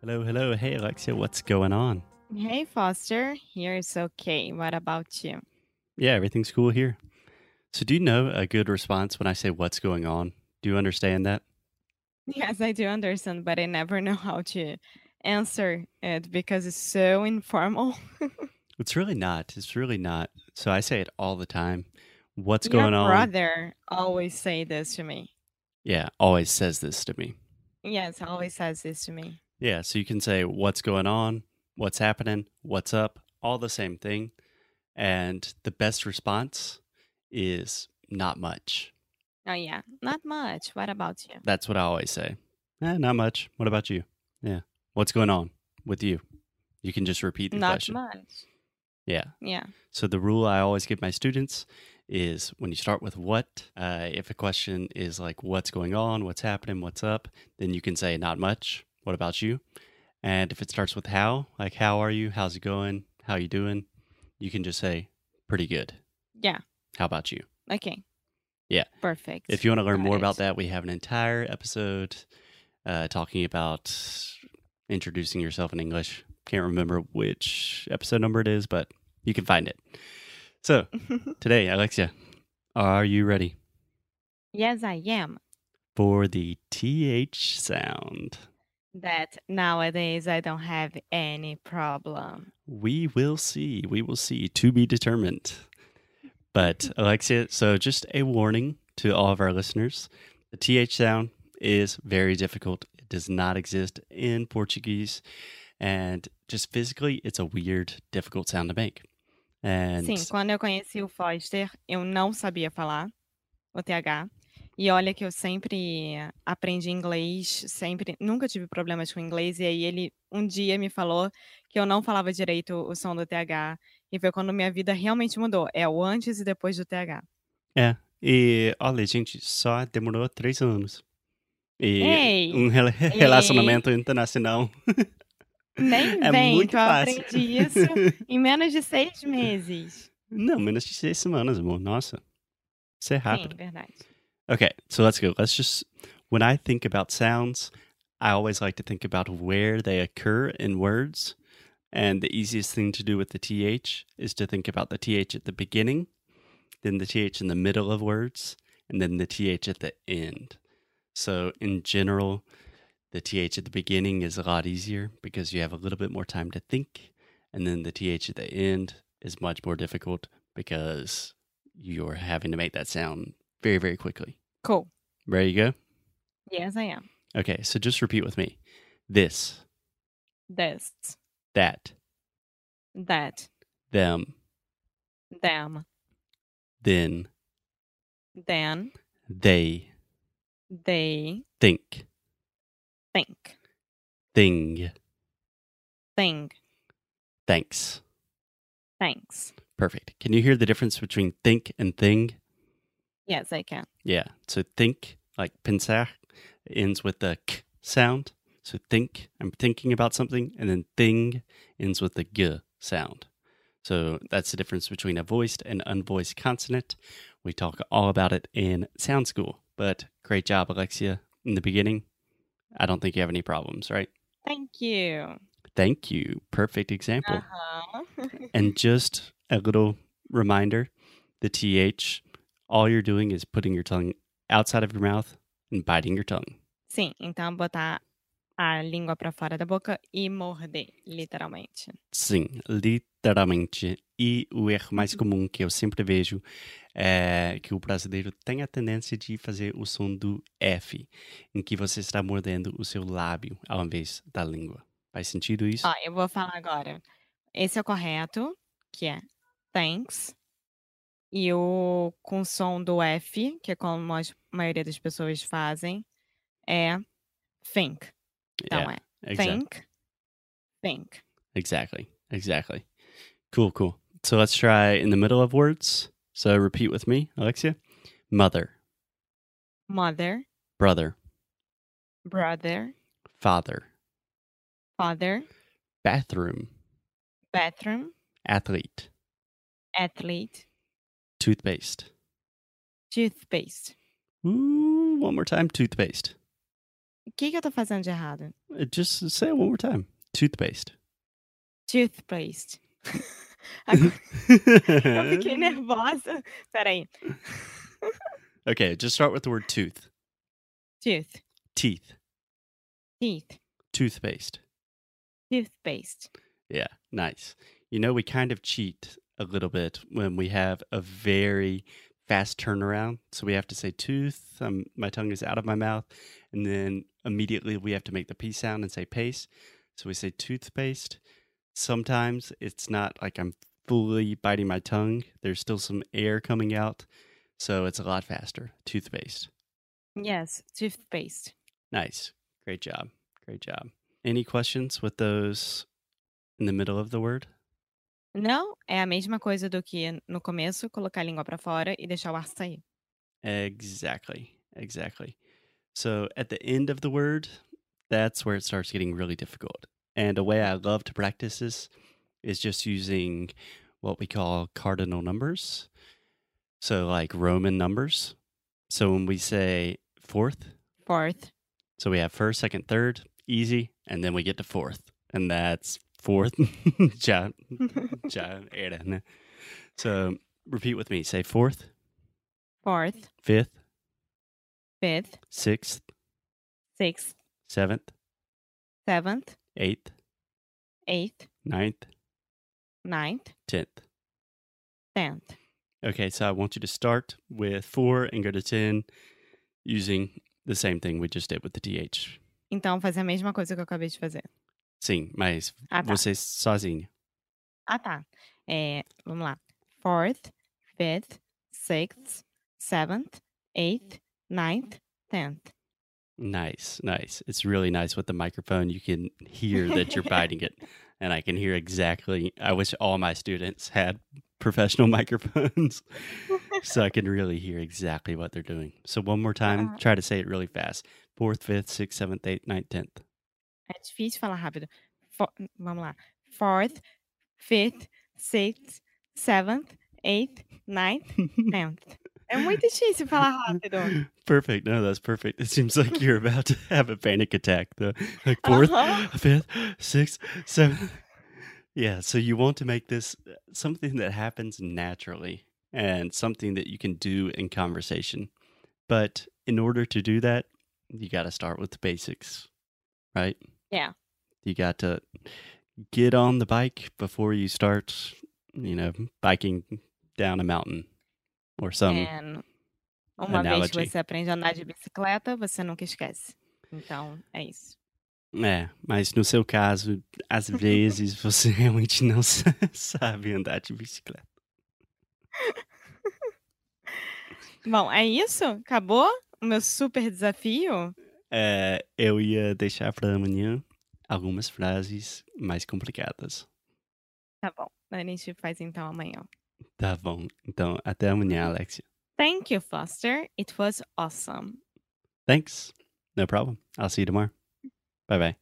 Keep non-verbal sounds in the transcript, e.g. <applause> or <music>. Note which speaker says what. Speaker 1: Hello, hello. Hey, Alexia, what's going on?
Speaker 2: Hey, Foster. Here is okay. What about you? <laughs>
Speaker 1: Yeah, everything's cool here. So, do you know a good response when I say what's going on? Do you understand that?
Speaker 2: Yes, I do understand, but I never know how to answer it because it's so informal. <laughs>
Speaker 1: It's really not. It's really not. So, I say it all the time. What's
Speaker 2: Your
Speaker 1: going on?
Speaker 2: brother always say this to me.
Speaker 1: Yeah, always says this to me.
Speaker 2: Yes, always says this to me.
Speaker 1: Yeah, so you can say what's going on, what's happening, what's up, all the same thing. And the best response is not much.
Speaker 2: Oh yeah, not much. What about you?
Speaker 1: That's what I always say. Eh, not much. What about you? Yeah. What's going on with you? You can just repeat the
Speaker 2: Not
Speaker 1: question.
Speaker 2: much.
Speaker 1: Yeah.
Speaker 2: Yeah.
Speaker 1: So the rule I always give my students is when you start with what, uh, if a question is like what's going on, what's happening, what's up, then you can say not much. What about you? And if it starts with how, like how are you, how's it going, how you doing, you can just say pretty good.
Speaker 2: Yeah.
Speaker 1: How about you?
Speaker 2: Okay.
Speaker 1: Yeah.
Speaker 2: Perfect.
Speaker 1: If you want to learn
Speaker 2: Got
Speaker 1: more
Speaker 2: it.
Speaker 1: about that, we have an entire episode uh, talking about introducing yourself in English. Can't remember which episode number it is, but you can find it. So today, Alexia, are you ready
Speaker 2: <laughs> yes, I am.
Speaker 1: for the TH sound?
Speaker 2: That nowadays I don't have any problem.
Speaker 1: We will see. We will see. To be determined. But Alexia, so just a warning to all of our listeners the TH sound is very difficult. It does not exist in Portuguese. And just physically, it's a weird, difficult sound to make. And
Speaker 2: Sim, quando eu conheci o Foster, eu não sabia falar o TH. E olha que eu sempre aprendi inglês, sempre, nunca tive problemas com inglês. E aí ele um dia me falou que eu não falava direito o som do TH. E foi quando minha vida realmente mudou. É o antes e depois do TH.
Speaker 1: E olha, gente, só demorou três anos. E
Speaker 2: Ei!
Speaker 1: um rela- <laughs>
Speaker 2: Ei!
Speaker 1: relacionamento internacional. <laughs>
Speaker 2: Nem
Speaker 1: É
Speaker 2: vem
Speaker 1: muito
Speaker 2: que eu
Speaker 1: fácil.
Speaker 2: aprendi isso
Speaker 1: <laughs>
Speaker 2: em menos de seis meses.
Speaker 1: Não, menos de seis semanas, amor. Nossa. Isso é rápido.
Speaker 2: Sim, verdade.
Speaker 1: Okay, so let's go. Let's just, when I think about sounds, I always like to think about where they occur in words. And the easiest thing to do with the TH is to think about the TH at the beginning, then the TH in the middle of words, and then the TH at the end. So, in general, the TH at the beginning is a lot easier because you have a little bit more time to think. And then the TH at the end is much more difficult because you're having to make that sound very, very quickly.
Speaker 2: Cool.
Speaker 1: Ready to go?
Speaker 2: Yes, I am.
Speaker 1: Okay, so just repeat with me. This,
Speaker 2: This,
Speaker 1: that,
Speaker 2: that,
Speaker 1: them,
Speaker 2: them,
Speaker 1: then,
Speaker 2: then,
Speaker 1: they,
Speaker 2: they,
Speaker 1: think,
Speaker 2: think,
Speaker 1: thing,
Speaker 2: thing,
Speaker 1: thanks.
Speaker 2: thanks.
Speaker 1: Perfect. Can you hear the difference between think and thing?
Speaker 2: Yes, I can.
Speaker 1: Yeah. So think, like pensar, ends with the k sound. So think, I'm thinking about something, and then thing ends with the g sound. So that's the difference between a voiced and unvoiced consonant. We talk all about it in sound school. But great job, Alexia, in the beginning. I don't think you have any problems, right?
Speaker 2: Thank you.
Speaker 1: Thank you. Perfect example.
Speaker 2: Uh-huh.
Speaker 1: And just a little reminder the TH, all you're doing is putting your tongue outside of your mouth and biting your tongue.
Speaker 2: Sim, então botar a língua pra fora da boca e morder, literalmente.
Speaker 1: Sim, literalmente. E o erro mais comum que eu sempre vejo é que o brasileiro tem a tendência de fazer o som do F, em que você está mordendo o seu lábio ao invés da língua. Faz sentido isso?
Speaker 2: Ó, eu vou falar agora. Esse é o correto, que é thanks. E o com som do F, que é como a maioria das pessoas fazem, é think. Então
Speaker 1: Yeah,
Speaker 2: é
Speaker 1: exactly.
Speaker 2: think, think.
Speaker 1: Exactly. Exactly. Cool, cool. So let's try in the middle of words. So repeat with me, Alexia. Mother,
Speaker 2: Mother,
Speaker 1: brother,
Speaker 2: brother,
Speaker 1: father,
Speaker 2: father,
Speaker 1: bathroom,
Speaker 2: bathroom,
Speaker 1: athlete,
Speaker 2: athlete,
Speaker 1: toothpaste.
Speaker 2: toothpaste.
Speaker 1: Ooh, one more time, toothpaste.
Speaker 2: O que, que eu tô fazendo de errado?
Speaker 1: Uh, Just say it one more time. Toothpaste.
Speaker 2: <laughs> Toothpaste.
Speaker 1: <laughs>
Speaker 2: <laughs> eu fiquei
Speaker 1: É.
Speaker 2: nervosa. Peraí.
Speaker 1: okay, just start with the word tooth.
Speaker 2: Tooth.
Speaker 1: Teeth.
Speaker 2: Teeth.
Speaker 1: Toothpaste.
Speaker 2: Toothpaste.
Speaker 1: Yeah, nice. You know, we kind of cheat a little bit when we have a very fast turnaround. So we have to say tooth, um, my tongue is out of my mouth, and then immediately we have to make the P sound and say paste. So we say toothpaste. Sometimes it's not like I'm fully biting my tongue, there's still some air coming out. So it's a lot faster. Toothpaste.
Speaker 2: Yes, toothpaste.
Speaker 1: Nice. Great job. Great job. Any questions with those in the middle of the word?
Speaker 2: Não é a mesma coisa do que no começo colocar a língua pra fora e deixar o ar sair.
Speaker 1: Exactly. Exactly. So at the end of the word, that's where it starts getting really difficult. And a way I love to practice this is just using what we call cardinal numbers. So like Roman numbers. So when we say fourth,
Speaker 2: Fourth.
Speaker 1: so we have first, second, third, easy, and then we get to fourth. And that's fourth. <laughs> Ja- Uhum. ja- era, né? so repeat with me. Say fourth,
Speaker 2: Fourth.
Speaker 1: fifth,
Speaker 2: Fifth.
Speaker 1: sixth,
Speaker 2: Sixth.
Speaker 1: seventh,
Speaker 2: Seventh.
Speaker 1: eighth,
Speaker 2: Eighth.
Speaker 1: ninth,
Speaker 2: Ninth.
Speaker 1: tenth.
Speaker 2: Tenth.
Speaker 1: Okay, so I want you to start with four and go to 10 using the same thing we just did with the TH.
Speaker 2: Então, fazer a mesma coisa que eu acabei de fazer.
Speaker 1: Sim, mas
Speaker 2: Ah, tá.
Speaker 1: você sozinho.
Speaker 2: Ah, tá. É, vamos lá. Fourth, fifth, sixth, seventh, eighth, ninth, tenth.
Speaker 1: Nice, nice. It's really nice with the microphone. You can hear that you're biting it, and I can hear exactly. I wish all my students had professional <laughs> microphones so I can really hear exactly what they're doing. So, one more time,
Speaker 2: Uh-uh.
Speaker 1: try to say it really fast fourth, fifth, sixth, seventh, eighth, ninth, tenth.
Speaker 2: É difícil falar rápido. Fo- hum, vamos lá. Fourth, fifth, sixth, seventh, eighth, ninth, tenth. É muito difícil falar rápido.
Speaker 1: <laughs> Perfect. No, that's perfect. It seems like you're about to <laughs> have a panic attack. The like 4th
Speaker 2: Uh-huh.
Speaker 1: fifth, sixth, seventh. Yeah. So you want to make this uh, something that happens naturally and something that you can do in conversation. But in order to do that, you got to start with the basics, right?
Speaker 2: Yeah.
Speaker 1: You got to get on the bike before you start, you know, biking down a mountain or some.
Speaker 2: É, n- uma vez que
Speaker 1: analogy.
Speaker 2: você aprende a andar de bicicleta, você nunca esquece. Então, é isso.
Speaker 1: É, mas no seu caso, às vezes você realmente não sa- <laughs> sabe andar de bicicleta.
Speaker 2: Bom, é isso? Acabou o meu super desafio?
Speaker 1: É, eu ia deixar para amanhã algumas frases mais complicadas.
Speaker 2: Tá bom. A gente faz então amanhã.
Speaker 1: Tá bom. Então, até amanhã, Alexia.
Speaker 2: Thank you, Foster. It was awesome.
Speaker 1: Thanks. No problem. I'll see you tomorrow. Bye bye.